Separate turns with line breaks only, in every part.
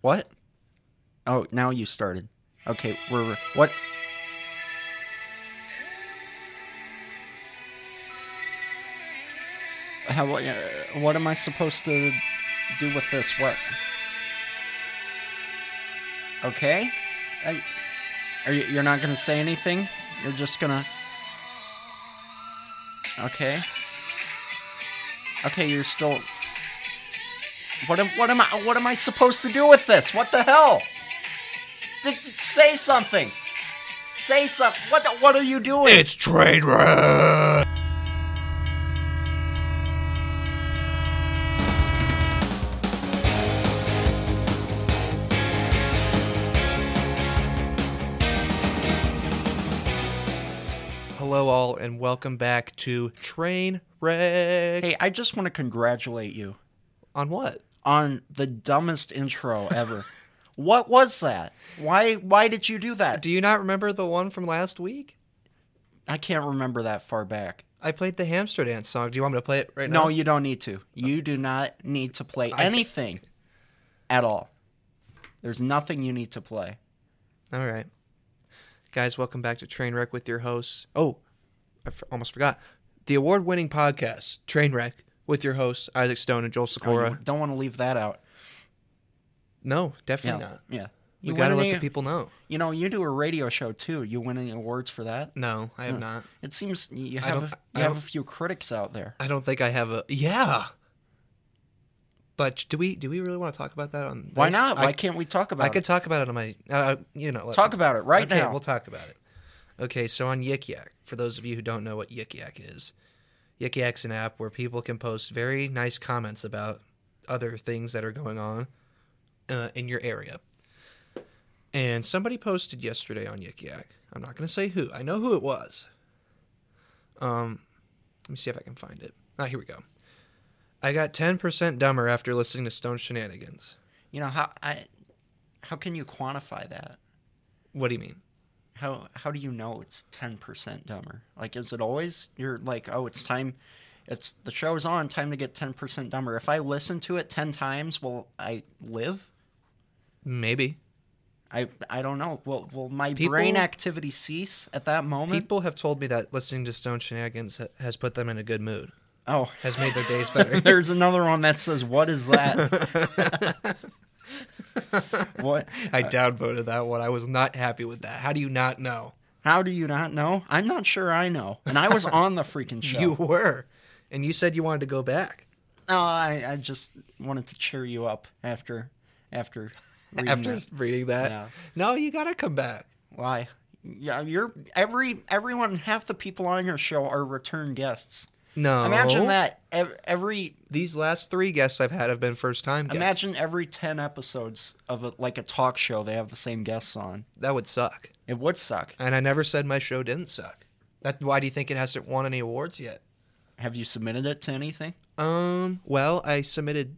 What? Oh, now you started. Okay, we're what? How? What, uh, what am I supposed to do with this? What? Okay. I, are you, you're not gonna say anything? You're just gonna. Okay. Okay, you're still. What am, what am I what am I supposed to do with this? What the hell? D- d- say something. Say something. What the, what are you doing?
It's train wreck. Hello, all, and welcome back to Train Wreck.
hey, I just want to congratulate you
On what?
on the dumbest intro ever. what was that? Why why did you do that?
Do you not remember the one from last week?
I can't remember that far back.
I played the hamster dance song. Do you want me to play it right now?
No, you don't need to. You do not need to play anything at all. There's nothing you need to play.
All right. Guys, welcome back to Trainwreck with your hosts. Oh, I f- almost forgot. The award winning podcast, Trainwreck, with your hosts, Isaac Stone and
No,
Joel
Oh, you
Sikora.
don't want to leave that out.
No,
Yeah.
definitely not.
Yeah.
You
win
got to
an
let the
air-
people know.
You know, you do a radio show too. You win any awards for that?
No, I have not.
It seems you
I
have
don't-
a,
I
you have
don't-
a few critics out there.
I don't think I have a. Yeah. But do we do we really want to talk about that on?
Why
this?
not?
I,
Why can't we talk about
I could
it?
talk about it on my. Uh, you know, let-
Talk about it right
okay,
now.
We'll talk about it. Okay, so on Yik Yak, for those of you who don't know what Yik Yak is, Yik Yak's an app where people can post very nice comments about other things that are going on uh, in your area. And somebody posted yesterday on Yik Yak. I'm not going to say who. I know who it was. Um, let me see if I can find it. Ah, here we go. I got 10% dumber after listening to Stone Shenanigans.
you know how I how can you quantify that?
What do you mean?
How how do you know it's 10% dumber? Like is it always you're like, "Oh, it's time it's the show's on, time to get 10% dumber." If I listen to it 10 times, will I live?
Maybe.
I I don't know. Will will my
People-
brain activity cease at that moment?
People have told me that listening to Stone Shenanigans ha- has put them in a good mood,
oh.
has made their days better.
There's another one that says, "What is that?" what?
I downvoted that one. I was not happy with that. How do you not know?
How do you not know? I'm not sure I know. And I was on the freaking show.
You were. And you said you wanted to go back
No, I, I just wanted to cheer you up after after reading
after
that.
reading that.
Yeah.
No, you got to come back.
why. Yeah, you're every everyone half the people on your show are return guests.
No.
Imagine that ev- every
These last three guests I've had have been first time guests.
imagine every 10 episodes of a, like a talk show they have the same guests on.
That would suck.
It would suck.
And I never said my show didn't suck. That, why do you think it hasn't won any awards yet?
Have you submitted it to anything?
Um, well, I submitted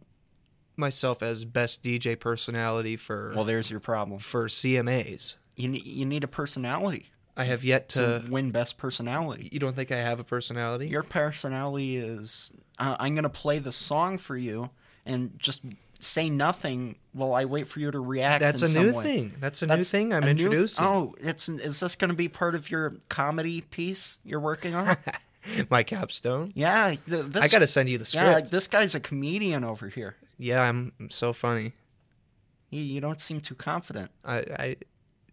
myself as best DJ personality for
Well, there's your problem.
for CMAs.
You ne- you need a personality
I have yet
to
to.
win best personality.
You don't think I have a personality?
Your personality is uh, I'm going to play the song for you and just say nothing while I wait for you to react.
That's
in
a
some
new
way.
thing. That's a new
That's
thing I'm
a new-
introducing.
oh, it's is this going to be part of your comedy piece you're working on?
My capstone.
yeah, th- this
I gotta send you the
yeah,
script.
this guy's a comedian over here.
Yeah, I'm so funny.
You, you don't seem too confident.
I, I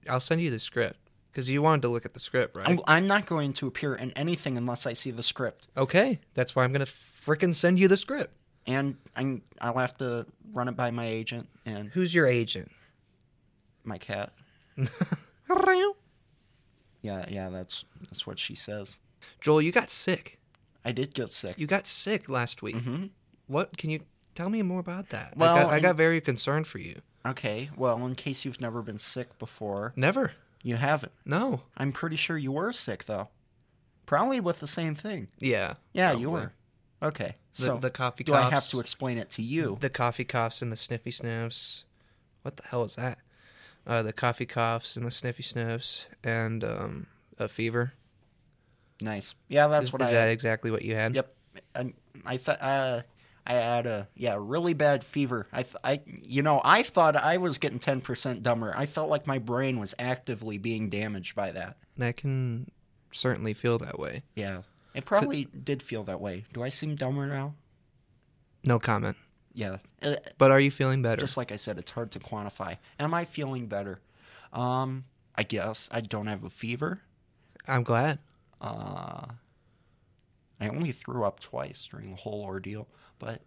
I'll send you the script because you wanted to look at the script, right?
I'm, I'm not going to appear in anything unless I see the script.
okay, that's why I'm gonna frickin' send you the script.
and I'm, I'll have to run it by my agent and
Who's your agent?
my cat. Yeah, yeah, that's that's what she says.
Joel, you got sick.
I did get sick.
You got sick last week.
Mhm.
What can you tell me more about that?
Well,
I got, I
and-
got very concerned for you.
Okay, well, in case you've never been sick before,
Never.
you haven't.
No.
I'm pretty sure you were sick though, probably with the same thing.
Yeah.
Yeah,
probably.
you were. Okay,
The,
so
the coffee
do
coughs.
I have to explain it to you?
the coffee coughs and the sniffy sniffs. What the hell is that? Uh, the coffee coughs and the sniffy sniffs and um, a fever.
Nice. Yeah, that's
is
what
is
I.
that exactly what you had?
Yep. I, I thought. Uh, I had a yeah really bad fever. I th- I you know I thought I was getting ten percent dumber. I felt like my brain was actively being damaged by that.
That can certainly feel that way.
Yeah, it probably did feel that way. Do I seem dumber now?
No comment.
Yeah, Uh,
But are you feeling better?
just like I said, it's hard to quantify. Am I feeling better? Um, I guess I don't have a fever.
I'm glad.
Uh, I only threw up twice during the whole ordeal, but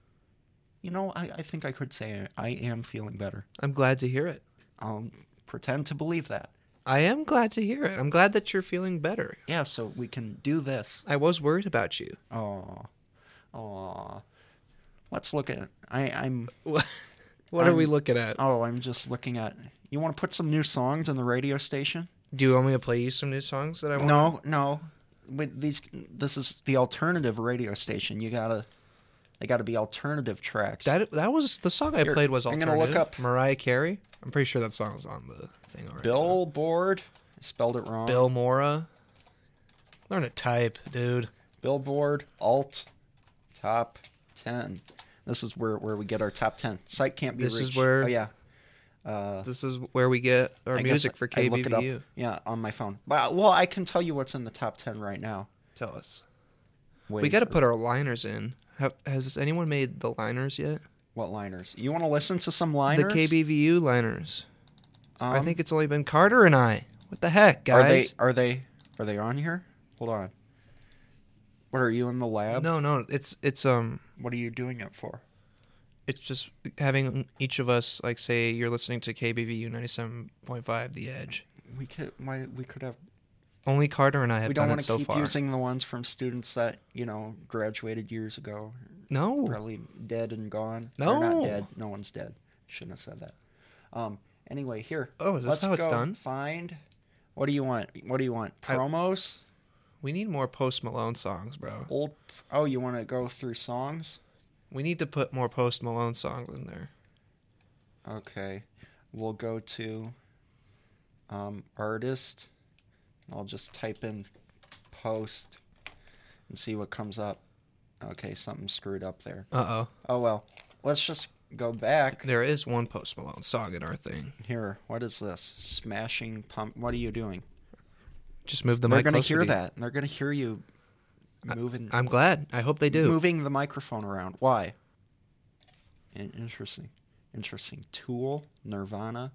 you know, I, I think I could say I am feeling better.
I'm glad to hear it.
I'll pretend to believe that.
I am glad to hear it. I'm glad that you're feeling better.
Yeah, so we can do this.
I was worried about you.
Oh, oh. Let's look at. I, I'm.
What are we
I'm-
looking at?
Oh, I'm just looking at. You want to put some new songs on the radio station?
Do you want me to play you some new songs that I want?
No, no. With these, this is the alternative radio station. You gotta, they gotta be alternative tracks.
That that was the song I
Here,
played was
I'm
alternative.
gonna look up-
Mariah Carey. I'm pretty sure that song's on the thing already.
Billboard I spelled it wrong.
Bill Mora. Learn to type, dude.
Billboard alt top ten. This is where where we get our top ten. Site can't be.
This is
reached.
where
Oh yeah. Uh,
This is where we get our
I guess
music for
I look it up.
KBVU.
Yeah, on my phone. But well, I can tell you what's in the top ten right now.
Tell us.
Wait,
We got to put our liners in. Have, has anyone made the liners yet?
what liners? You want to listen to some liners?
The KBVU liners.
Um,
I think it's only been Carter and I. What the heck,
Are
guys?
they are they are they on here? Hold on. What are you in the lab?
No, no. It's it's um.
What are you doing it for?
It's just having each of us like say you're listening to KBVU ninety seven point five, The Edge.
We could why we could have
Only Carter and I have
we don't
done
want
it
to
so
keep
far.
using the ones from students that, you know, graduated years ago.
no,
Probably dead and gone. Or
No.
not dead. No one's dead. Shouldn't have said that. Um anyway, here.
Oh, is this
let's
how it's
go
done?
Find what do you want? What do you want?
I-
Promos?
we need more Post Malone songs, bro.
Old Oh, you want to go through songs?
We need to put more Post Malone songs in there.
Okay. We'll go to um, artist. I'll just type in post and see what comes up. Okay, something screwed up there.
Uh oh,
Oh well. Let's just go back.
there is one Post Malone song in our thing.
Here, what is this? Smashing pump. What are you doing?
Just move the
They're
mic.
going to
closer
hear
to you.
that. They're going to hear you moving
I'm glad. I hope they do.
moving the microphone around. Why? In- Interesting. Interesting. Tool, Nirvana,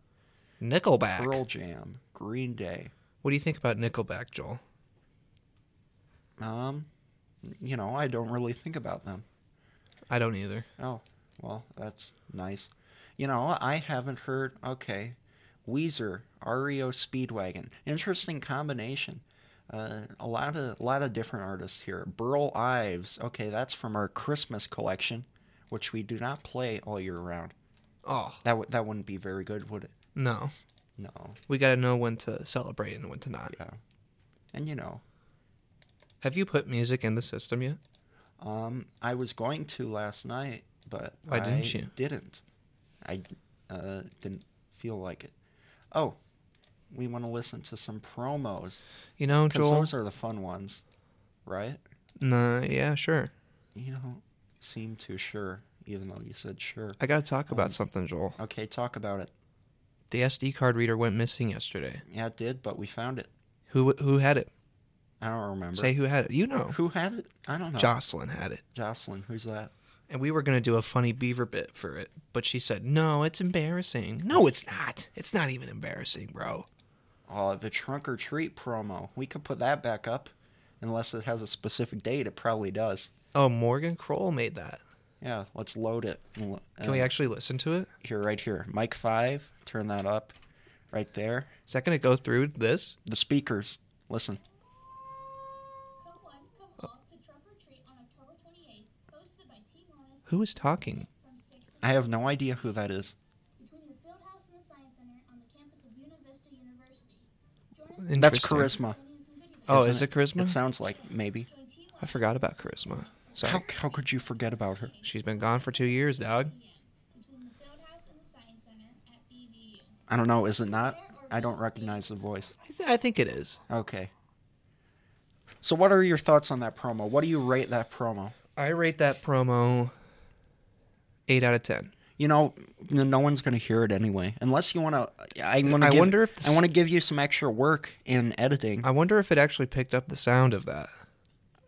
Nickelback.
Pearl Jam, Green Day,
What do you think about Nickelback, Joel?
Um, you know, I don't really think about them.
I don't either.
Oh, well, that's nice. You know, I haven't heard. Okay, Weezer, REO, Speedwagon. Interesting combination. Uh, a lot of a lot of different artists here. Burl Ives. Okay, that's from our Christmas collection, which we do not play all year round.
Oh
That would that wouldn't be very good, would it?
no,
No.
we got to know when to celebrate and when to not.
Yeah. And you know,
Have you put music in the system yet?
Um, I was going to last night, but
Why didn't
I
you?
Didn't. I uh, didn't feel like it. Oh, we want to listen to some promos
You know,
because
Joel.
those are the fun ones, right?
Nah, yeah, sure.
You don't seem too sure, even though you said sure.
I gotta talk
Um.
about something, Joel.
Okay, talk about it.
The SD card reader went missing yesterday.
Yeah, it did, but we found it.
Who who had it?
I don't remember.
Say who had it. You know,
who had it? I don't know.
Jocelyn had it,
Jocelyn, who's that?
and we were gonna do a funny beaver bit for it, but she said, "No, it's embarrassing. No, it's not. It's not even embarrassing, bro."
Oh, the trunk or treat promo. We could put that back up, unless it has a specific date. It probably does.
Oh, Morgan Kroll made that.
Yeah, let's load it. uh, Can
Can we actually listen to it?
here, right here, mic five. Turn that up, right there.
Is that gonna go through this?
The speakers. Listen.
Code 1 comes off to Trunk or Treat on October 28th, hosted by Team Honest
Who is talking?
from 6 to
I have no idea who that is.
between the Field House and the Science Center on the campus of Buena Vista University. Join us
Interesting.
That's charisma. Hmm?
Oh,
isn't
is it charisma?
It sounds like maybe.
join Team
I forgot about charisma. Sorry,
How how could you forget about her?
she's been gone for two years, dog.
between the Field House and the Science Center at BVU.
I don't know. Is it not? I don't recognize the voice.
I, th- I think it is.
Okay. So what are your thoughts on that promo? What do you rate that promo?
I rate that promo Eight out of ten.
You know, n- no one's going to hear it anyway. Unless you want to. I want
I
to.
wonder if this-
I want to give you some extra work in editing.
I wonder if it actually picked up the sound of that.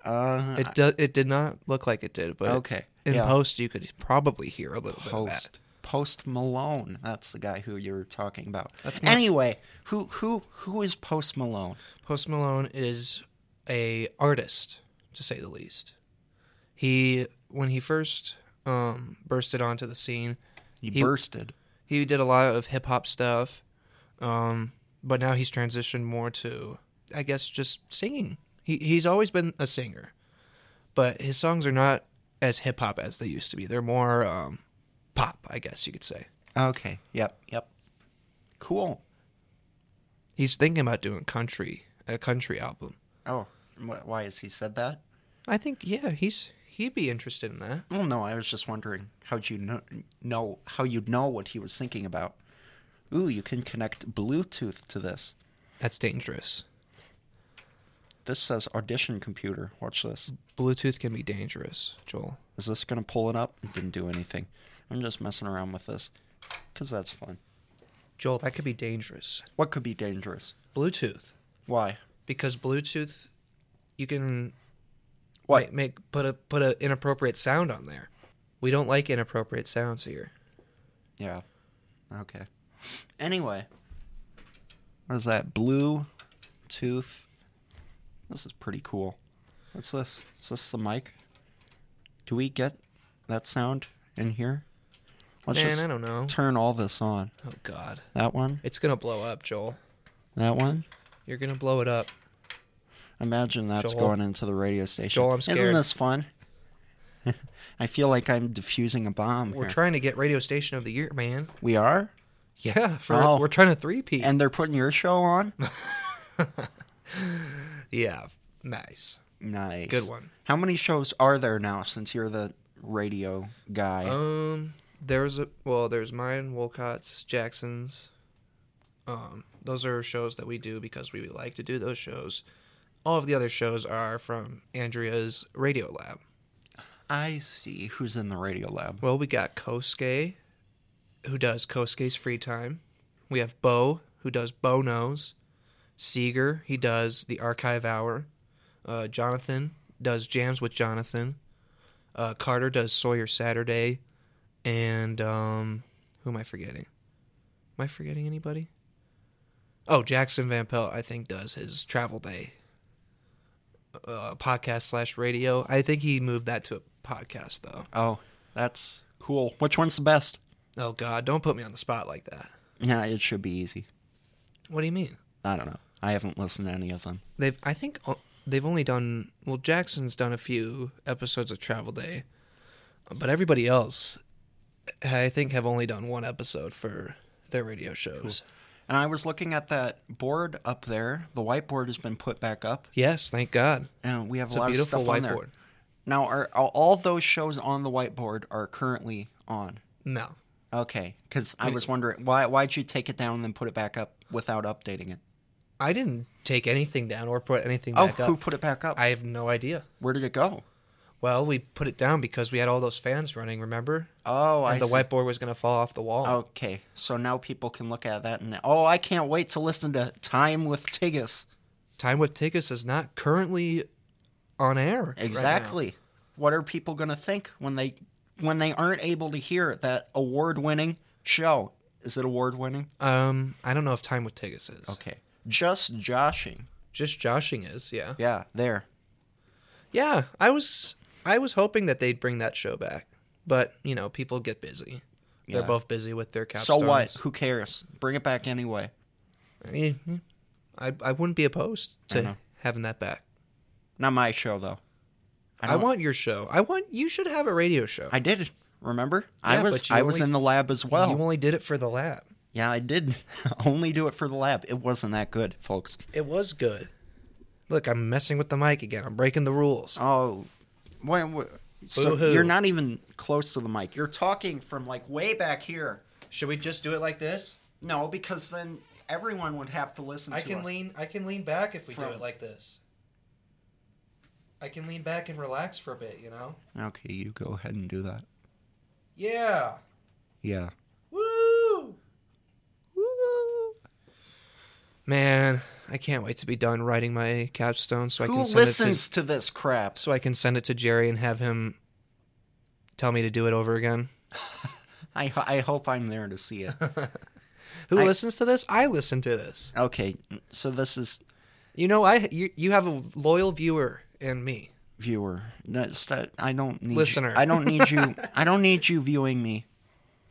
Uh,
It do, It did not look like it did, but
Okay,
In
yeah.
post, you could probably hear a little bit of that.
post Post Malone. That's the guy who you're talking about.
That's not-
Anyway, who who who is Post Malone?
Post Malone is a artist, to say the least. He when he first um, bursted onto the scene,
He,
He-
bursted.
he did a lot of hip hop stuff, um, but now he's transitioned more to, I guess, just singing. He he's always been a singer, but his songs are not as hip hop as they used to be. They're more um, pop, I guess you could say.
Okay. Yep. Yep. Cool.
He's thinking about doing country, a country album.
Oh, wh- why has he said that?
I think yeah, he's he'd be interested in that.
Well, no, I was just wondering how'd you know, know how you'd know what he was thinking about. Ooh, you can connect Bluetooth to this.
That's dangerous.
This says audition computer. Watch this.
Bluetooth can be dangerous, Joel.
Is this gonna pull it up? It didn't do anything. I'm just messing around with this, cause that's fun.
Joel, that could be dangerous.
What could be dangerous?
Bluetooth,
Why?
because Bluetooth, you can
What?
ma- make put a put an inappropriate sound on there. We don't like inappropriate sounds here.
Yeah. Okay. Anyway, what is that? Blue tooth. This is pretty cool. What's this? Is this the mic? Do we get that sound in here? Let's
Man,
just
I don't know.
turn all this on.
Oh God,
That one.
it's gonna blow up, Joel.
That one.
You're gonna blow it up.
Imagine that's
Joel.
going into the radio station.
Joel, I'm
Isn't
scared.
this fun? I feel like I'm diffusing a bomb.
We're
here.
trying to get radio station of the year, man.
we are,
Yeah, for,
Oh.
we're trying to three P.
and they're putting your show on.
Yeah, nice.
Nice.
Good one.
How many shows are there now since you're the radio guy?
Um, there's a well, there's mine, Wolcott's, Jackson's. Um, those are shows that we do because we like to do those shows. All of the other shows are from Andrea's Radio Lab.
I see who's in the radio lab.
Well, we got Kosuke, who does Kosuke's free time. We have Bo, who does Bo Knows. Seeger, he does the Archive Hour. Uh, Jonathan does Jams with Jonathan. Uh, Carter does Sawyer Saturday. And um, who am I forgetting? Am I forgetting anybody? Oh, Jackson Van Pelt, I think, does his Travel Day uh, podcast slash radio. I think he moved that to a podcast, though.
Oh, that's cool. Which one's the best?
Oh God, don't put me on the spot like that.
Yeah, it should be easy.
What do you mean?
I don't know. I haven't listened to any of them.
They've I think o- they've only done well. Jackson's done a few episodes of Travel Day, but everybody else, I think, have only done one episode for their radio shows.
And I was looking at that board up there. The whiteboard has been put back up,
Yes, thank God.
and we have
It's
a
a
lot of
beautiful
stuff on there.
whiteboard.
Now, are, are all those shows on the whiteboard are currently on?
No,
Okay, because I was wondering why why'd you take it down and then put it back up without updating it?
I didn't take anything down or put anything
Oh,
back
who
up.
put it back up?
I have no idea.
Where did it go?
Well, we put it down because we had all those fans running. Remember,
Oh, I
and the
see. Oh.
whiteboard was going to fall off the wall.
Okay, so now people can look at that and oh, I can't wait to listen to Time with Tigus.
Time with Tickets is not currently on air. right now.
Exactly. what are people going to think when they when they aren't able to hear that award-winning show? Is it award-winning?
Um, I don't know if Time with Tickets is.
Okay. Just joshing.
Just joshing is, yeah. yeah.
Yeah, there.
I was I was hoping that they'd bring that show back. But, you know, people get busy.
Yeah.
They're both busy with their capstones.
so what? Who cares? Bring it back anyway.
I, mean, Eh, I I wouldn't be opposed
I
to
know.
having that back.
Not my show though.
I,
don't-
want your show. I want you should have a radio show.
I did. Remember?
Yeah,
I was
but you
I was
only-
in the lab as well.
you only did it for the lab.
Yeah, I did only do it for the lab. It wasn't that good, folks.
It was good. Look, I'm messing with the mic again. I'm breaking the rules.
Oh, wait, wait. so
Boo-hoo.
you're not even close to the mic. You're talking from like way back here.
Should we just do it like this?
No, because then everyone would have to listen.
I
to
can
us.
lean. I can lean back if we do
From-
it like this. I can lean back and relax for a bit, you know.
Okay, you go ahead and do that.
Yeah.
Yeah.
Woo! Man, I can't wait to be done writing my capstone so I
Who
can send it
listens to, this crap?
to, so I can send it to Jerry and have him tell me to do it over again.
I ho- I hope I'm there to see it.
Who
I-
listens to this? I listen to this.
okay, so this is
You know, I you, you have a loyal viewer and me.
viewer. That's that, I don't need you-
Listener.
I don't need you. I don't need you viewing me.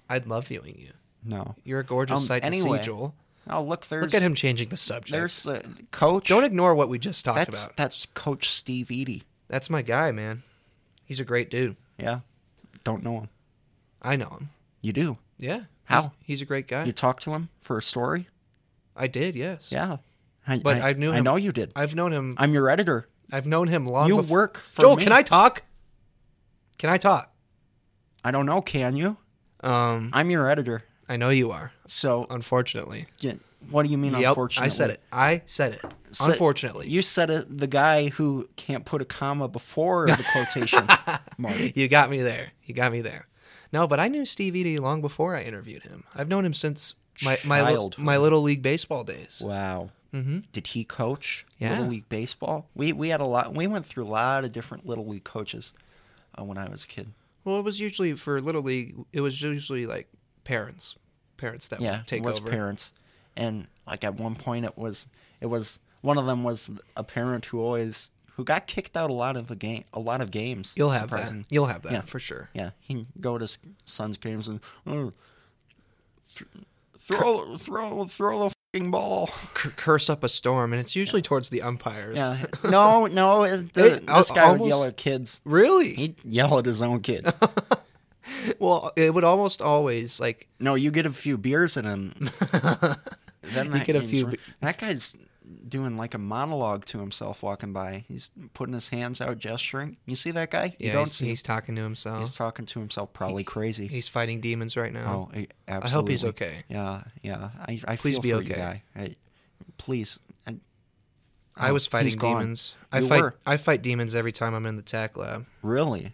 I'd love viewing you.
No.
You're a gorgeous
Um,
sight to
anyway,
see, Joel.
Oh look, there's
Look at him changing the subject.
There's the coach.
Don't ignore what we just talked
that's
about.
that's Coach Steve Eady.
That's my guy, man. He's a great dude.
Yeah. Don't know him.
I know him.
You do.
Yeah.
How?
He's, he's a great guy.
You talk to him for a story.
I did, yes.
Yeah. I,
But I knew
I
him-
know you did.
I've known him.
I'm your editor.
I've known him long.
you
bef-
work for
Joel,
me.
can I talk? Can I talk?
I don't know. Can you?
Um,
I'm your editor.
I know you are.
So,
Unfortunately.
yeah, what do you mean?
Yep,
unfortunately,
I said it. I said it.
Said-
unfortunately, you,
You said it. The guy who can't put a comma before the quotation mark.
got me there. You got me there. No, but I knew Steve Eady long before I interviewed him. I've known him since my my li-
Childhood.
my little league baseball days.
Wow.
Mm-hmm.
Did he coach
Yeah.
little league baseball? We we had a lot. We went through a lot of different little league coaches uh, when I was a kid.
Well, it was usually for little league. It was usually like parents, parents that
yeah,
would take
it was
over.
parents, and like at one point it was it was one of them was a parent who always who got kicked out a lot of a game a lot of games.
You'll have
surprising.
that. You'll have that
Yeah.
for sure.
Yeah, he can go to his son's games and "Oh, th- throw throw throw the fucking ball.
C- curse up a storm, and it's usually towards the umpires.
Yeah, no, no, it- the,
It-
this guy would yell
almost-
at kids.
Really?
He'd yell at his own kids.
well, it would almost always like
No, you get a few beers in him. then that
get a
game's
few
ru-
be-
that guy's doing like a monologue to himself walking by. He's putting his hands out, gesturing. You see that guy? You
yeah,
don't
he's,
see. him.
he's talking to himself.
He's
He's,
talking to himself, probably crazy.
fighting demons right now.
oh, he- absolutely.
I hope he's okay.
Yeah, yeah. I, I
Please
feel
be
for
okay.
you, guy. I- please. I,
I
Oh,
was
he's
fighting
gone.
demons. I
You
fight
were.
I fight demons every time I'm in the tack lab
Really?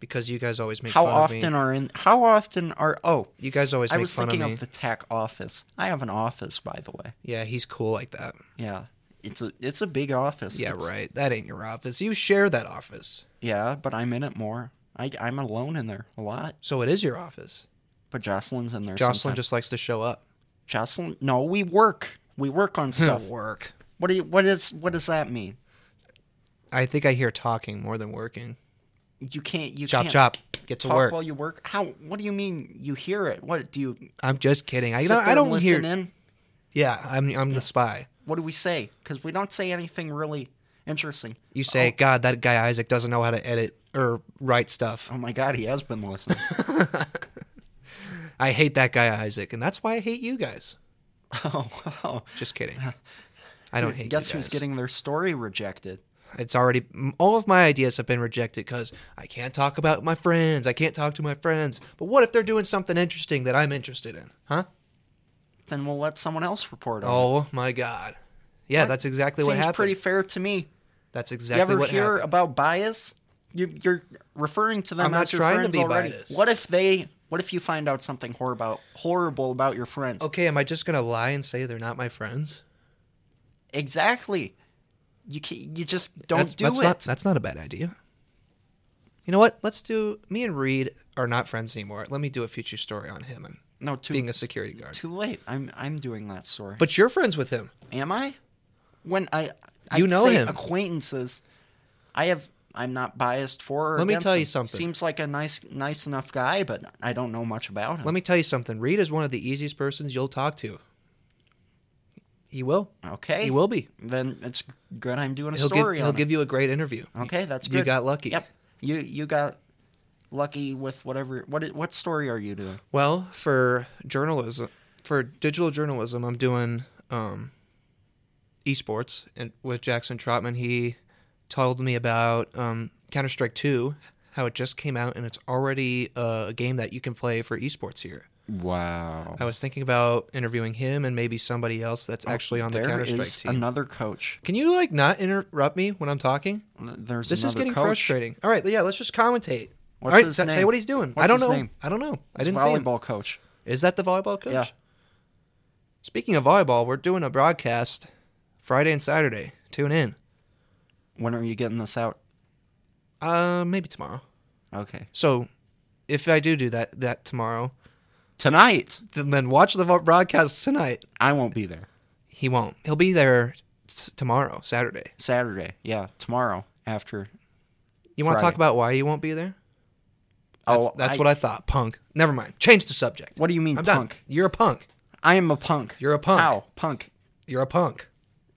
because you guys always make
How
fun of
often
me.
are in? How often are? Oh,
You guys always
I
make
was
fun of
thinking
me.
of the TAC office. I have an office, by the way.
yeah, he's cool like that.
Yeah, it's a it's a big office.
Yeah,
It's-
right. That ain't your office. You share that office.
Yeah, but I'm in it more. I, I'm alone in there a lot,
So it is your office.
but Jocelyn's in there.
Jocelyn
sometimes.
just likes to show up.
Jocelyn. No, we work. We work on stuff.
work.
what do you, what is what does that mean?
I think I hear talking more than working.
You can't you
Chop
can't
chop. Get to
talk
work.
while you work. How? What do you mean you hear it? What do you?
I'm just kidding. I,
sit
don't,
there
I
and
don't
listen
hear.
in.
Yeah, I'm I'm the spy.
What do we say? Because we don't say anything really interesting.
You
Oh.
say, God, that guy Isaac doesn't know how to edit or write stuff.
Oh my God, he has been listening.
I hate that guy Isaac, and that's why I hate you guys.
oh wow.
Just kidding. I don't hate.
Guess
you
who's
guys.
getting their story rejected?
It's already m- all of my ideas have been rejected because I can't talk about my friends. I can't talk to my friends. But what if they're doing something interesting that I'm interested in? Huh?
Then we'll let someone else report on. it.
Oh my God. Yeah, that's exactly what
Seems
happened.
pretty fair to me.
that's
You
exactly
ever
what
hear
happened.
about bias? You, you're referring to them
I'm not
as your
trying to
friends
be
already.
biased.
What if they? What if you find out something horrible about horrible about your friends?
Okay, am I just gonna lie and say they're not my friends?
Exactly. You ca you just don't
that's,
do
that's
it.
Not, that's not a bad idea. You know what? Let's do. Me and Reed are not friends anymore. Let me do a future story on him and
no, too
being a security guard.
too late. I'm I'm doing that story.
but you're friends with him.
am I? When I I
You know
say
him.
acquaintances, I have. I'm not biased for. Or
Let me
against
tell
him.
you something.
Seems like a nice nice enough guy, but I don't know much about him.
Let me tell you something. Reed is one of the easiest persons you'll talk to. He will.
okay.
He will be.
Then it's good. I'm doing a
He'll, give,
story. on
he'll
it.
give you a great interview.
Okay, that's
You
good.
got lucky.
Yep. You you got lucky with whatever. What i- what story are you doing?
Well, for journalism, for digital journalism, I'm doing um, esports and with Jackson Trotman. He told me about um, Counter Strike Two, how it just came out and it's already uh, a game that you can play for esports here.
Wow.
I was thinking about interviewing him and maybe somebody else that's actually on the
Oh, There
Counter Strike
is
team.
another coach.
can you like not interrupt me when I'm talking?
There's
This is
another
getting
coach.
frustrating. All right, yeah, let's just commentate.
What's
All right,
his
sa-
name?
say what he's doing. I
What's
don't
his
know.
name?
I don't know. I
His
didn't see him.
volleyball coach.
Is that the volleyball coach?
Yeah.
Speaking of volleyball, we're doing a broadcast Friday and Saturday. Tune in.
When are you getting this out?
Uh, maybe tomorrow.
Okay.
So, if I do do that that tomorrow,
Tonight,
then, then watch the vo- broadcast tonight.
I won't be there.
He won't. He'll be there s- tomorrow, Saturday.
Saturday. Yeah, tomorrow after.
You want to talk
Friday.
about why you won't be there? That's,
Oh,
that's what I thought. Punk. Never mind. Change the subject.
What do you mean
I'm
punk?
done. You're a punk.
I am a punk.
You're a punk.
How punk?
You're a punk.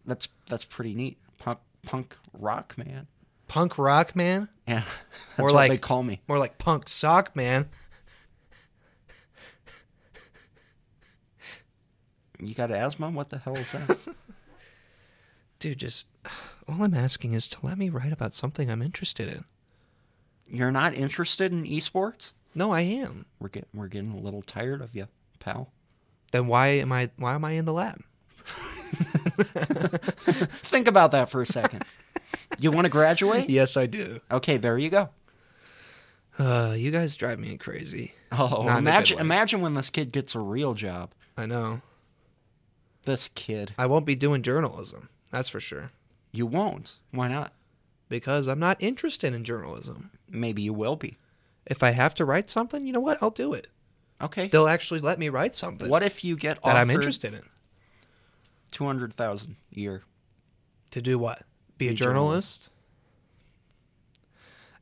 That's that's pretty neat. Punk punk rock man.
Punk rock man,
Yeah, that's
Or
what
like-
they call me.
more like punk sock man.
You got asthma? What the hell is that?
Dude, just all I'm asking is to let me write about something I'm interested in.
You're not interested in esports?
No, I am.
We're getting we're getting a little tired of you, pal.
Then why am I why am I in the lab?
Think about that for a second. you want to graduate?
Yes, I do.
Okay, there you go.
Uh, you guys drive me crazy.
Oh,
Not in a good
imagine
way.
imagine when this kid gets a real job.
I know.
This kid,
I won't be doing journalism. That's for sure.
you won't. Why not?
Because I'm not interested in journalism.
Maybe you will be.
If I have to write something, you know what? I'll do it.
Okay.
They'll actually let me write something
What if you get
that
offered
I'm interested in.
two hundred thousand a year?
To do what? Be, a
Be
journalist?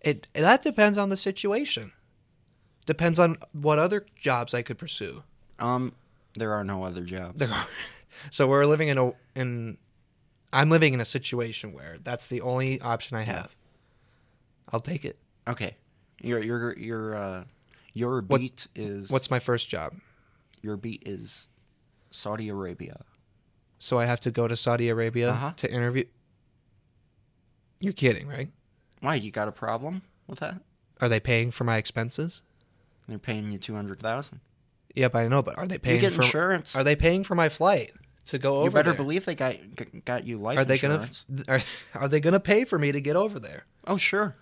It that depends on the situation. Depends on what other jobs I could pursue.
Um, there are no other jobs.
There are- so we're living in a in I'm living in a situation where that's the only option I have. I'll take it.
Okay, your your your uh, your
What-
beat is
What's my first job?
your beat is Saudi Arabia.
So I have to go to Saudi Arabia
Uh-huh.
to interview. You're kidding, right?
Why you got a problem with that?
Are they paying for my expenses?
They're paying you two hundred thousand.
Yep, I know, but are they paying
You get
for
insurance.
Are they paying for my flight to go over
you better
there?
believe they got g- got you life
are they going
insurance.
to are, are they going to pay for me to get over there?
Oh sure,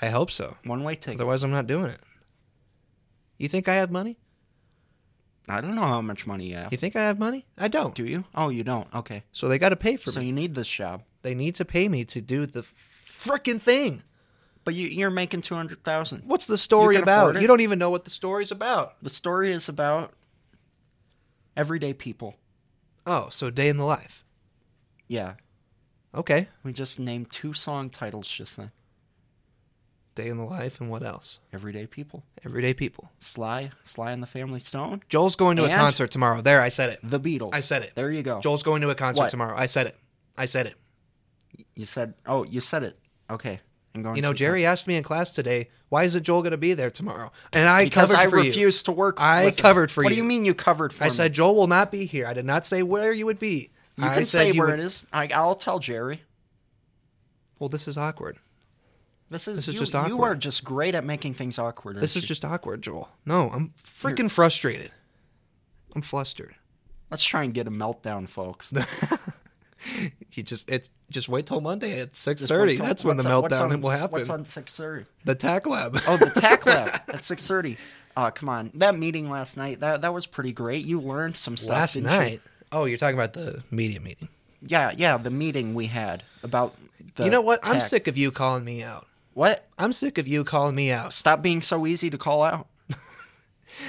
I hope so.
one way ticket.
Otherwise, I'm not doing it. You think I have money?
I don't know how much money you have.
You think I have money? I don't.
Do you? Oh, you don't. Okay,
So they got to pay for
so
me.
you need this job,
They need to pay me to do the frickin' thing.
but you you're making two hundred thousand.
What's the story
can afford
about?
it.
You don't even know what the story's about.
The story is about everyday people.
Oh, so day in the life.
Yeah,
Okay,
we just named two song titles just then.
day in the life, and what else?
Everyday people.
Everyday people.
Sly, Sly and the Family Stone,
Joel's going to a
And-
concert tomorrow. There, I said it.
The Beatles.
I said it.
There you go.
Joel's going to a concert
What?
tomorrow. I said it. I said it.
You said, oh, you said it. Okay, I'm going.
You know,
to
Jerry asked me in class today, why isn't Joel going to be there tomorrow? And I
Because
covered
I
for you.
refused to work.
I
with him.
covered for
what
you.
What do you mean you covered for
I
me?
said Joel will not be here. I did not say where you would be.
you
I
can
said
say
you
where
would-
it is. I, I'll tell Jerry.
Well, this is awkward.
This is,
This is
you,
just
You
awkward.
are just great at making things awkward.
This
aren't
is
you?
just awkward, Joel. No, I'm freaking frustrated. I'm flustered.
Let's try and get a meltdown, folks.
You just it just wait till Monday at six
Just
thirty.
what's on-
That's when the
what's on- what's
meltdown
on-
will happen.
What's on six thirty?
The tack lab.
Oh, the tack lab at six thirty. Uh, come on, that meeting last night that that was pretty great. You learned some stuff
last
didn't you?
night. Oh, you're talking about the media meeting.
Yeah, yeah, the meeting we had about the
you know what? I'm
tax-
sick of you calling me out.
What?
I'm sick of you calling me out.
Stop being so easy to call out.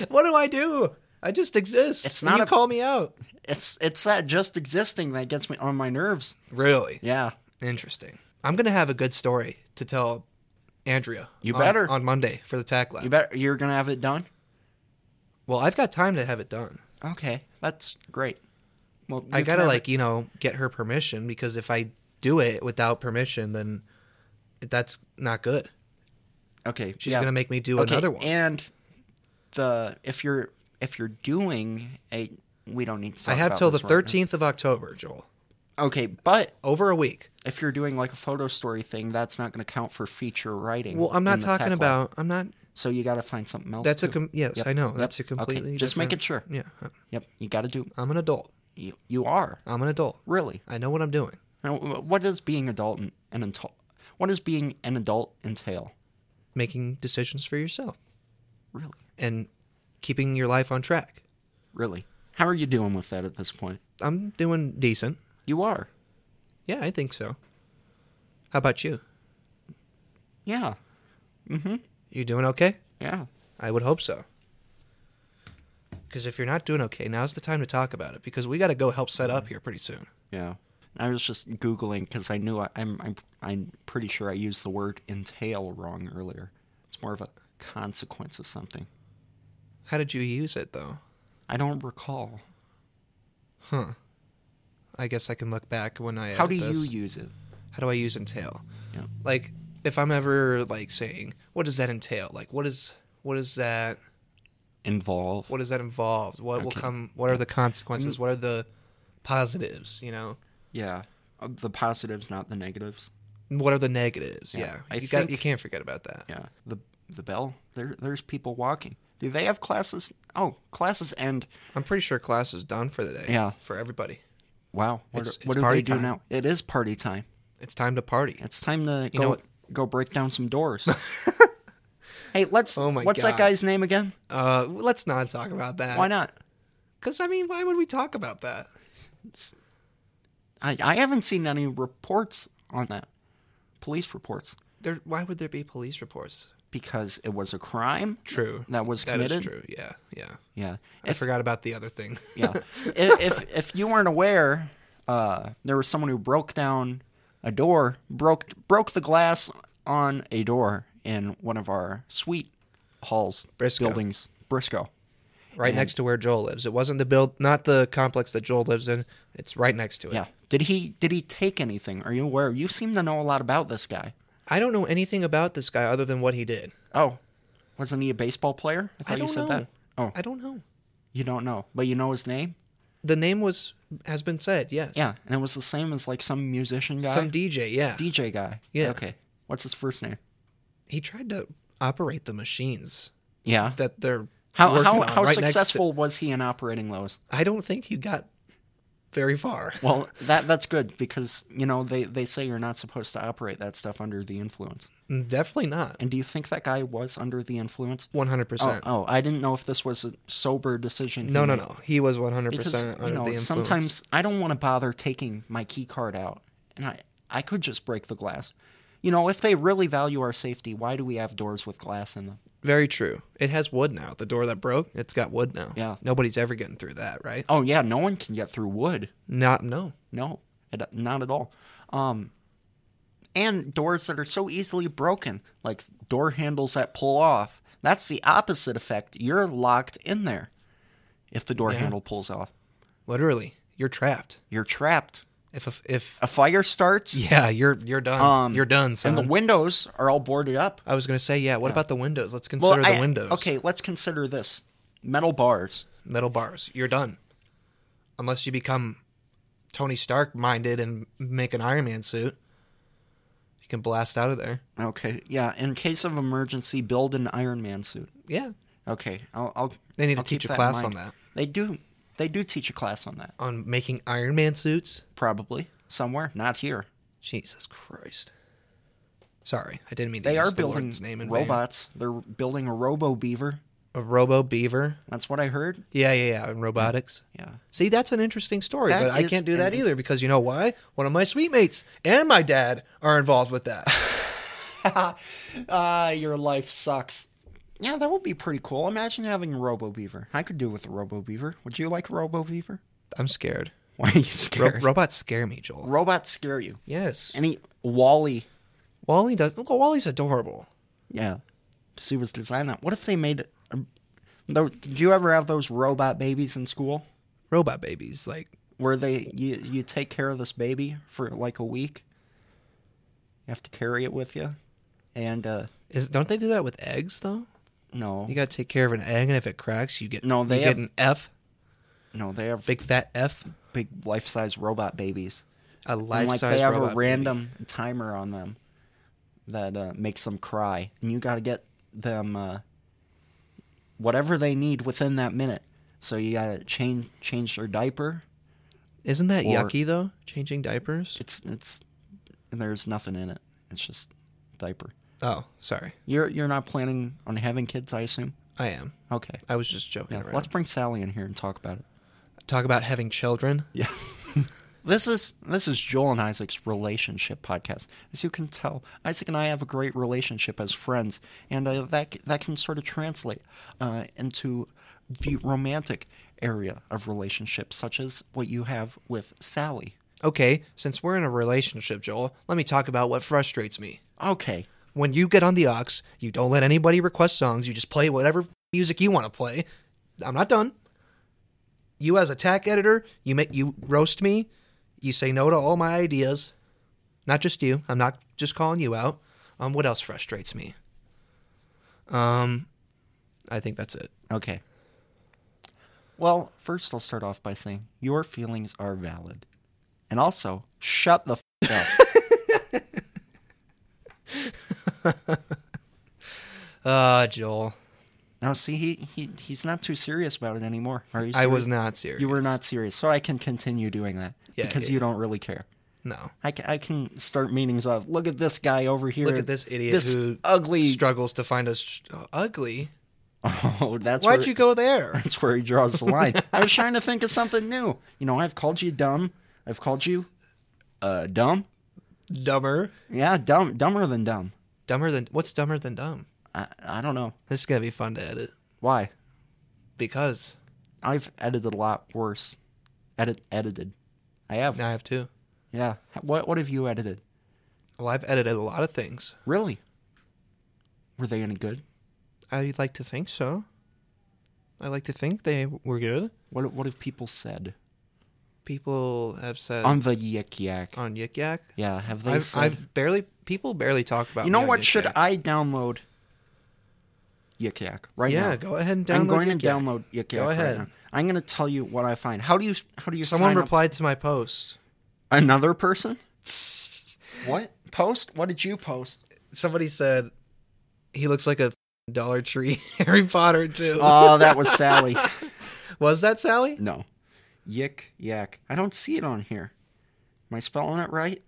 What do I do? I just exist.
It's
and
not
you
a-
call me out.
It's it's that just existing that gets me on my nerves.
Really
Yeah.
interesting. I'm gonna have a good story to tell Andrea.
You
on-
better.
on Monday for the tack lab.
You bet you're gonna have it done?
Well, I've got time to have it done.
Okay. That's great. Well
I
you can
gotta
have
like you know get her permission because if I do it without permission, then that's not good.
it. Okay.
She's
yeah.
gonna make me do
Okay,
another one.
And the if you're if you're doing a we don't need to
I
talk
have
about
till the
this right now.
thirteenth of October, Joel.
Okay, but
Over a week.
if you're doing like a photo story thing, that's not going to count for feature writing.
Well, I'm
in
not
the
talking
tech lab.
about. I'm not.
So you got to find something else.
That's a
too.
com- yes.
Yep,
I know.
yep,
That's a
okay,
completely.
Just making sure.
different- Yeah,
Yep, you got to do.
I'm an adult.
You, you are
I'm an adult.
really.
I know what I'm doing.
Now, wh- what does being adult and an adult? What does being an adult entail?
making decisions for yourself
Really?
and keeping your life on track.
Really? How are you doing with that at this point?
I'm doing decent.
You are.
Yeah, I think so. How about you?
Yeah. Mm-hmm.
You doing okay?
Yeah.
I would hope so. Because if you're not doing okay, now's the time to talk about it because we got to go help set up here pretty soon.
Yeah. I was just googling because I knew I, I'm I'm I'm pretty sure I used the word entail wrong earlier. It's more of a consequence of something.
How did you use it though?
I don't recall.
Huh. I guess I can look back when I.
How
edit
do you
this.
use it?
How do I use entail?
Yeah.
Like if I'm ever like saying, what does that entail? Like what is what is that?
Involve.
What is that involved? What will
Okay. Mm.
come? What are the consequences? What are the positives? You know.
Yeah. Uh, The positives, not the negatives.
And What are the negatives?
Yeah,
Yeah,
I
you got.
think-
You can't forget about that.
Yeah. The the bell. There there's people walking. Do they have classes? Oh, classes end.
I'm pretty sure class is done for the day.
Yeah.
for everybody,
Wow. What,
It's-
do-
it's
what do
party
they do
time.
now? It is party time.
it's time to party.
It's time to
You
go
know what-
go break down some doors. hey, let's.
Oh my
what's
God.
that guy's name again?
Uh, let's not talk about that.
Why not?
Because I mean, why would we talk about that?
I I haven't seen any reports on that, police reports,
There, why would there be police reports?
because it was a crime
True.
that was
That is
committed.
true. Yeah, yeah.
Yeah.
I
If,
forgot about the other thing.
yeah. if, if if you weren't aware, uh, there was someone who broke down a door, broke broke the glass on a door in one of our suite halls
Briscoe.
buildings, Briscoe.
right next to where Joel lives. It wasn't the build, not the complex that Joel lives in. It's right next to it.
Yeah. Did he did he take anything? Are you aware? You seem to know a lot about this guy.
I don't know anything about this guy other than what he did.
Oh, wasn't he a baseball player? I thought
don't
you said that. Oh,
I don't know.
you don't know, but you know his name.
The name was has been said. Yes.
Yeah, and it was the same as like some musician guy,
Some DJ. Yeah.
DJ guy.
Yeah.
Okay. What's his first name?
he tried to operate the machines
Yeah.
that they're
How
working
how
on
how
right next to-
successful was he in operating those?
I don't think he got very far.
Well, that that's good because you know they they say you're not supposed to operate that stuff under the influence.
Definitely not.
And do you think that guy was under the influence?
One hundred
Oh,
percent.
oh, I didn't know if this was a sober decision. he
No, no,
made.
no. He was one hundred
because
percent under
you
the
know
influence.
sometimes I don't want to bother taking my key card out, and I I could just break the glass. You know, if they really value our safety, why do we have doors with glass in them?
very true. It has wood now. The door that broke, it's got wood now.
Yeah.
Nobody's ever getting through that, right?
Oh yeah, no one can get through wood.
Not no.
No, it- not at all. Um, and doors that are so easily broken, like door handles that pull off. That's the opposite effect. You're locked in there. If the door
Yeah.
handle pulls off,
Literally, you're trapped.
you're trapped.
If if, if
A fire starts,
yeah, you're you're done.
Uh, Um,
you're done. Son.
and the windows are all boarded up.
I was gonna say yeah. What about the windows? Let's
Well,
consider the
I-
windows.
Okay, let's consider this: metal bars.
metal bars. You're done. Unless you become Tony Stark minded and make an Iron Man suit, you can blast out of there.
Okay, yeah. In case of emergency, build an Iron Man suit.
Yeah,
Okay, I'll. I'll
They need to
I'll keep
teach a
that in
class on
mind.
that.
They do. They do teach a class on that.
on making Iron Man suits.
Probably somewhere, not here.
Jesus Christ. Sorry, I didn't mean to
They
use
are
the
building
Lord's name in
robots. They're building a Robo Beaver.
vain. A Robo Beaver.
That's what I heard.
Yeah, yeah, yeah. And robotics.
Yeah.
See, that's an interesting story,
That
but I
is
can't do that
an-
either because you know why? One of my sweet mates and my dad are involved with that.
Ah, your life sucks. Yeah, that would be pretty cool. Imagine having a Robo Beaver. I could do with a Robo Beaver. Would you like a Robo Beaver?
I'm scared.
Why are you
Ro-
scared?
robots scare me, Joel.
Robots scare you.
yes.
Any Wally
Wally does. Look, Wally's adorable.
Yeah. To see what's designed that. What if they made a, though did you ever have those robot babies in school
Robot babies, like
where they you you take care of this baby for like a week? You have to carry it with you. And uh
is don't they do that with eggs though?
no.
You gotta take care of an egg, and if it cracks, you get
No, they
you
have-
get an F,
No, they have big
big fat F,
big life-size robot babies.
a
And
life
like
size.
they have a random timer on them that uh, makes them cry. And you got to get them uh, whatever they need within that minute. So you got to change change their diaper,
Isn't that
Or-
yucky though? Changing diapers.
it's it's there's nothing in it. It's just diaper.
Oh, sorry.
You're you're not planning on having kids, I assume.
I am.
Okay.
I was just joking
Yeah.
around.
Let's bring Sally in here and talk about it.
Talk about having children.
Yeah. this is this is Joel and Isaac's relationship podcast. As you can tell, Isaac and I have a great relationship as friends, and uh, that that can sort of translate uh, into the romantic area of relationships, such as what you have with Sally.
Okay, since we're in a relationship, Joel, let me talk about what frustrates me.
Okay.
When you get on the aux, you don't let anybody request songs. You just play whatever music you want to play. I'm not done. You as a tack editor, you make you roast me. You say no to all my ideas. Not just you. I'm not just calling you out. Um, what else frustrates me? Um, I think that's it.
Okay. Well, first I'll start off by saying your feelings are valid, and also shut the f- up.
Uh, Joel,
Now, see, he, he he's not too serious about it anymore. Are you?
I
serious?
was not serious.
You were not serious, so I can continue doing that
Yeah,
because
yeah,
you don't really care.
No.
I ca- I can start meetings of look at this guy over here.
Look at this idiot
This
who
ugly.
struggles to find us ugly.
oh, that's
Why'd
where,
you go there?
That's where he draws the line. I was trying to think of something new. You know, I've called you dumb. I've called you, uh, dumb.
Dumber.
Yeah, dumb, dumber than dumb.
Dumber than what's dumber than dumb?
I I don't know
This is gonna be fun to edit
why.
because
I've edited a lot worse. Edit edited. I have.
I have two.
Yeah. What what have you edited?
Well, I've edited a lot of things.
Really? Were they any good?
I'd like to think so. I like to think they were good.
What what have people said
People have said
on the Yik Yak?
on Yik Yak.
Yeah, have they
Uh, I've,
said?
I've barely people barely talk about.
you
me
know
on
what?
Yik
Should
Yak.
I download Yik Yak right
Yeah,
now?
go ahead and download.
I'm going
Yik
to
Yak.
download Yik Yak
Go ahead.
right now. I'm going to tell you what I find. How do you how do you
Someone
sign up?
replied to my post.
Another person? What post? What did you post?
Somebody said he looks like a Dollar Tree Harry Potter too.
Oh, that was Sally.
Was that Sally?
No, Yik Yak. I don't see it on here. Am I spelling it right?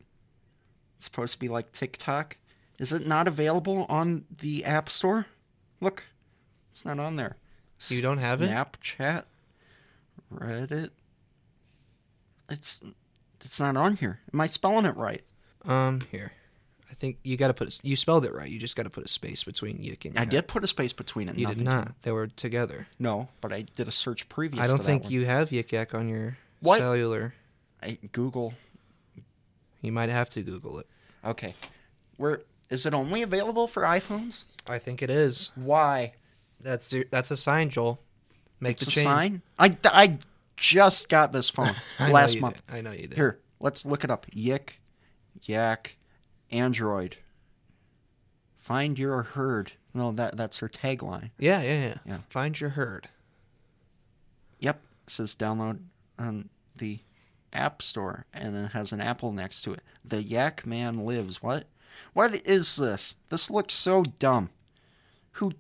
It's supposed to be like TikTok. Is it not available on the App Store? Look, it's not on there.
You don't have it?
Snapchat, Reddit. It's it's not on here. Am I spelling it right?
Um, here. I think you got to put. A, you spelled it right. You just got to put a space between yik and.
I
yak.
did put a space between it.
You
nothing
did not. They were together.
came- No, but I did a search previous.
I
to
don't
that
think
one.
you have yik yak on your
What?
cellular.
I, Google.
You might have to Google it.
Okay, where is it only available for iPhones?
I think it is.
Why?
That's your, that's a sign, Joel. Make
It's
the
a
change.
sign. I, I just got this phone
I know
last
you
month.
did. I know you did.
Here, let's look it up. Yik, yak, Android. Find your herd. No, that that's her tagline.
Yeah, yeah, yeah,
Yeah.
Find your herd.
Yep, it says download on the App Store, and it has an apple next to it. The Yak Man lives. What? What is this? This looks so dumb. Who?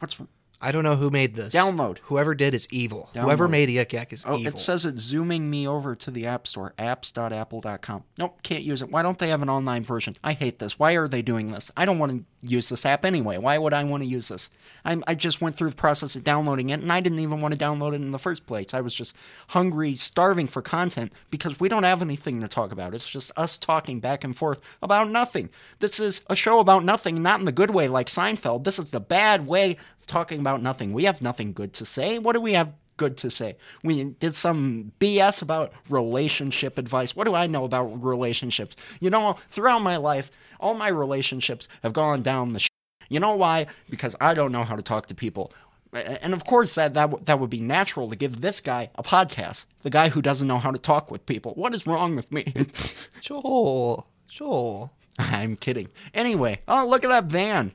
What's?
I don't know who made this.
Download.
Whoever did is evil. Whoever
Download.
made yik yak is
Oh,
evil.
it says it's zooming me over to the App Store, apps.apple.com. Nope, can't use it. Why don't they have an online version? I hate this. Why are they doing this? I don't want to use this app anyway. Why would I want to use this? I'm, I just went through the process of downloading it, and I didn't even want to download it in the first place. I was just hungry, starving for content because we don't have anything to talk about. It's just us talking back and forth about nothing. This is a show about nothing, not in the good way like Seinfeld. This is the bad way of talking about nothing. We have nothing good to say. What do we have? good to say. We did some BS about relationship advice. What do I know about relationships? You know, throughout my life, all my relationships have gone down the sh- You know why? Because I don't know how to talk to people. A- And of course, that, that, w- that would be natural to give this guy a podcast, the guy who doesn't know how to talk with people. What is wrong with me?
Joel. Joel.
I'm kidding. Anyway, oh look at that van.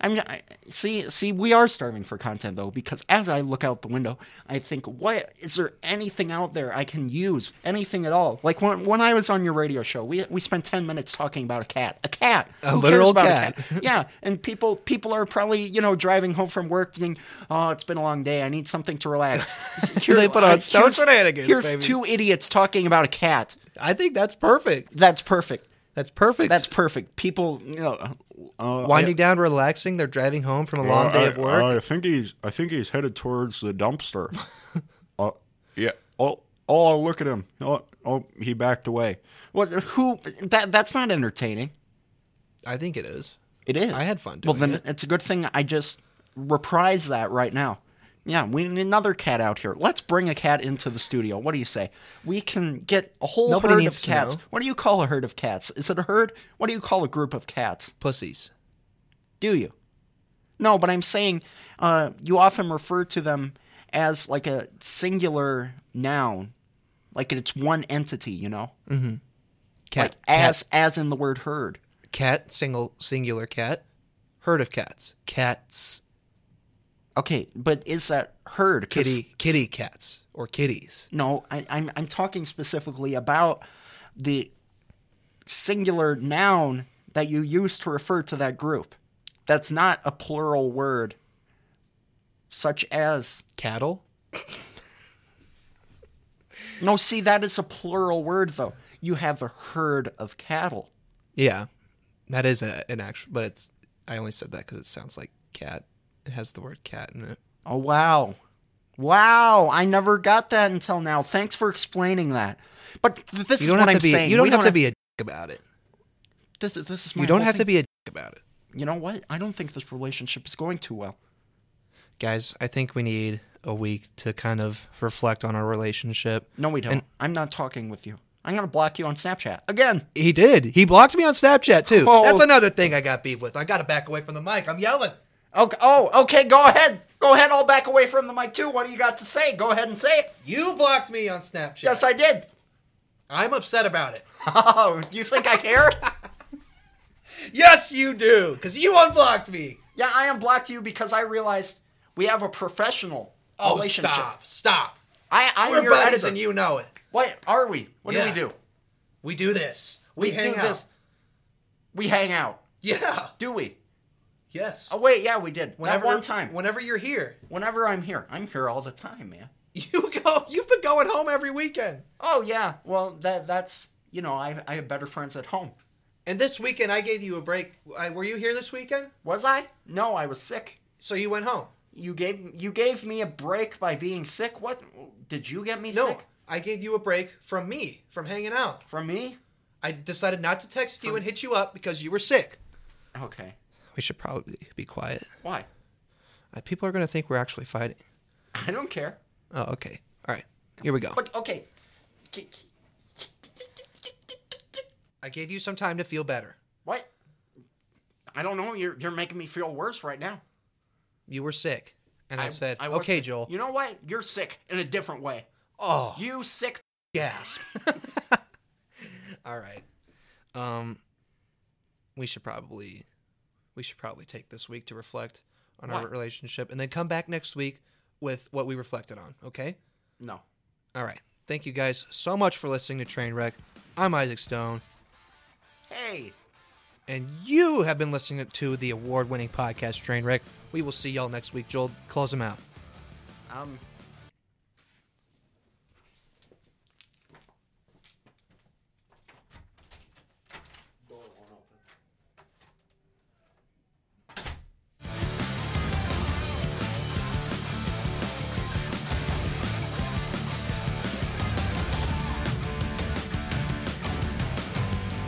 I'm I, see see we are starving for content though because as I look out the window, I think what is there anything out there I can use anything at all? Like when when I was on your radio show, we we spent ten minutes talking about a cat, a cat,
A
Who
literal
cares about
cat.
A cat? yeah, and people people are probably you know driving home from work, thinking, oh it's been a long day, I need something to relax. Here,
They put on
uh,
Stone
here's-
Shenanigans,
Here's
baby.
two idiots talking about a cat.
I think that's perfect.
That's perfect.
That's perfect.
That's perfect. People, you know, uh,
winding down, relaxing. They're driving home from a long day
I,
of work.
I think he's. I think he's headed towards the dumpster. uh, yeah. Oh, oh, look at him. Oh, oh, he backed away.
What? Who? That that's not entertaining.
I think it is.
It is.
I had fun
well,
doing
then it's a good thing I just reprise that right now. Yeah, we need another cat out here. Let's bring a cat into the studio. What do you say? We can get a whole
Nobody
herd
needs
of
to
cats.
know.
What do you call a herd of cats? Is it a herd? What do you call a group of cats?
Pussies.
Do you? No, but I'm saying uh, you often refer to them as like a singular noun, like it's one entity. You know,
Cat.
like as as in the word herd.
cat, cat. Single singular cat. Herd of cats. Cats.
Okay, but is that herd? 'Cause
Kitty. Kitty cats or kitties.
No, I, I'm I'm talking specifically about the singular noun that you use to refer to that group. That's not a plural word, such as
Cattle.
no. See, that is a plural word though. You have a herd of cattle.
Yeah, that is a, an actual. But it's. I only said that because it sounds like cat. It has the word cat in it.
Oh wow, wow! I never got that until now. Thanks for explaining that. But th- this is
You don't
what
have
I'm
to be.
saying.
You don't
We
have to be a dick about it.
This, is- this is my
You don't
whole
have to
thing.
be a dick about it.
You know what? I don't think this relationship is going too well.
guys, I think we need a week to kind of reflect on our relationship.
No, we don't.
And-
I'm not talking with you. I'm gonna block you on Snapchat again.
He did. He blocked me on Snapchat too.
Oh.
That's another thing I got beef with. I got to back away from the mic. I'm yelling.
Okay. Oh, okay. Go ahead. Go ahead. I'll back away from the mic too. What do you got to say? Go ahead and say it.
You blocked me on Snapchat.
Yes, I did.
I'm upset about it.
Oh, do you think I care?
Yes, you do, because you unblocked me.
yeah, I unblocked you because I realized we have a professional
Oh,
relationship.
stop, stop.
I, I'm
We're
your
buddies,
editor.
and you know it.
What are we? What
Yeah.
do we do?
We do this. We,
We
hang
do
out.
this. We hang out.
Yeah.
Do we?
Yes.
Oh wait, yeah, we did. That one time.
Whenever you're here,
Whenever I'm here, I'm here all the time, man.
you go. You've been going home every weekend.
Oh yeah. Well, that that's you know I I have better friends at home.
And this weekend, I gave you a break. I, were you here this weekend?
Was I? No, I was sick.
So you went home?
You gave you gave me a break by being sick. What did you get me
No,
sick
I gave you a break from me, from hanging out.
from me?
I decided not to text you and hit you up because you were sick.
Okay.
We should probably be quiet.
Why?
Uh, people are going to think we're actually fighting.
I don't care.
Oh, okay. All right. Here we go.
But okay.
I gave you some time to feel better.
What? I don't know. You're you're making me feel worse right now.
You were sick. And I, said,
was
okay,
sick.
Joel.
You know what? You're sick in a different way.
oh,
You sick.
gasp. All right. Um, we should probably we should probably take this week to reflect on our
What?
relationship and then come back next week with what we reflected on, okay?
No.
All right. Thank you guys so much for listening to Trainwreck. I'm Isaac Stone,
Hey.
and you have been listening to the award winning podcast Trainwreck. We will see y'all next week. Joel, close them out.
Um.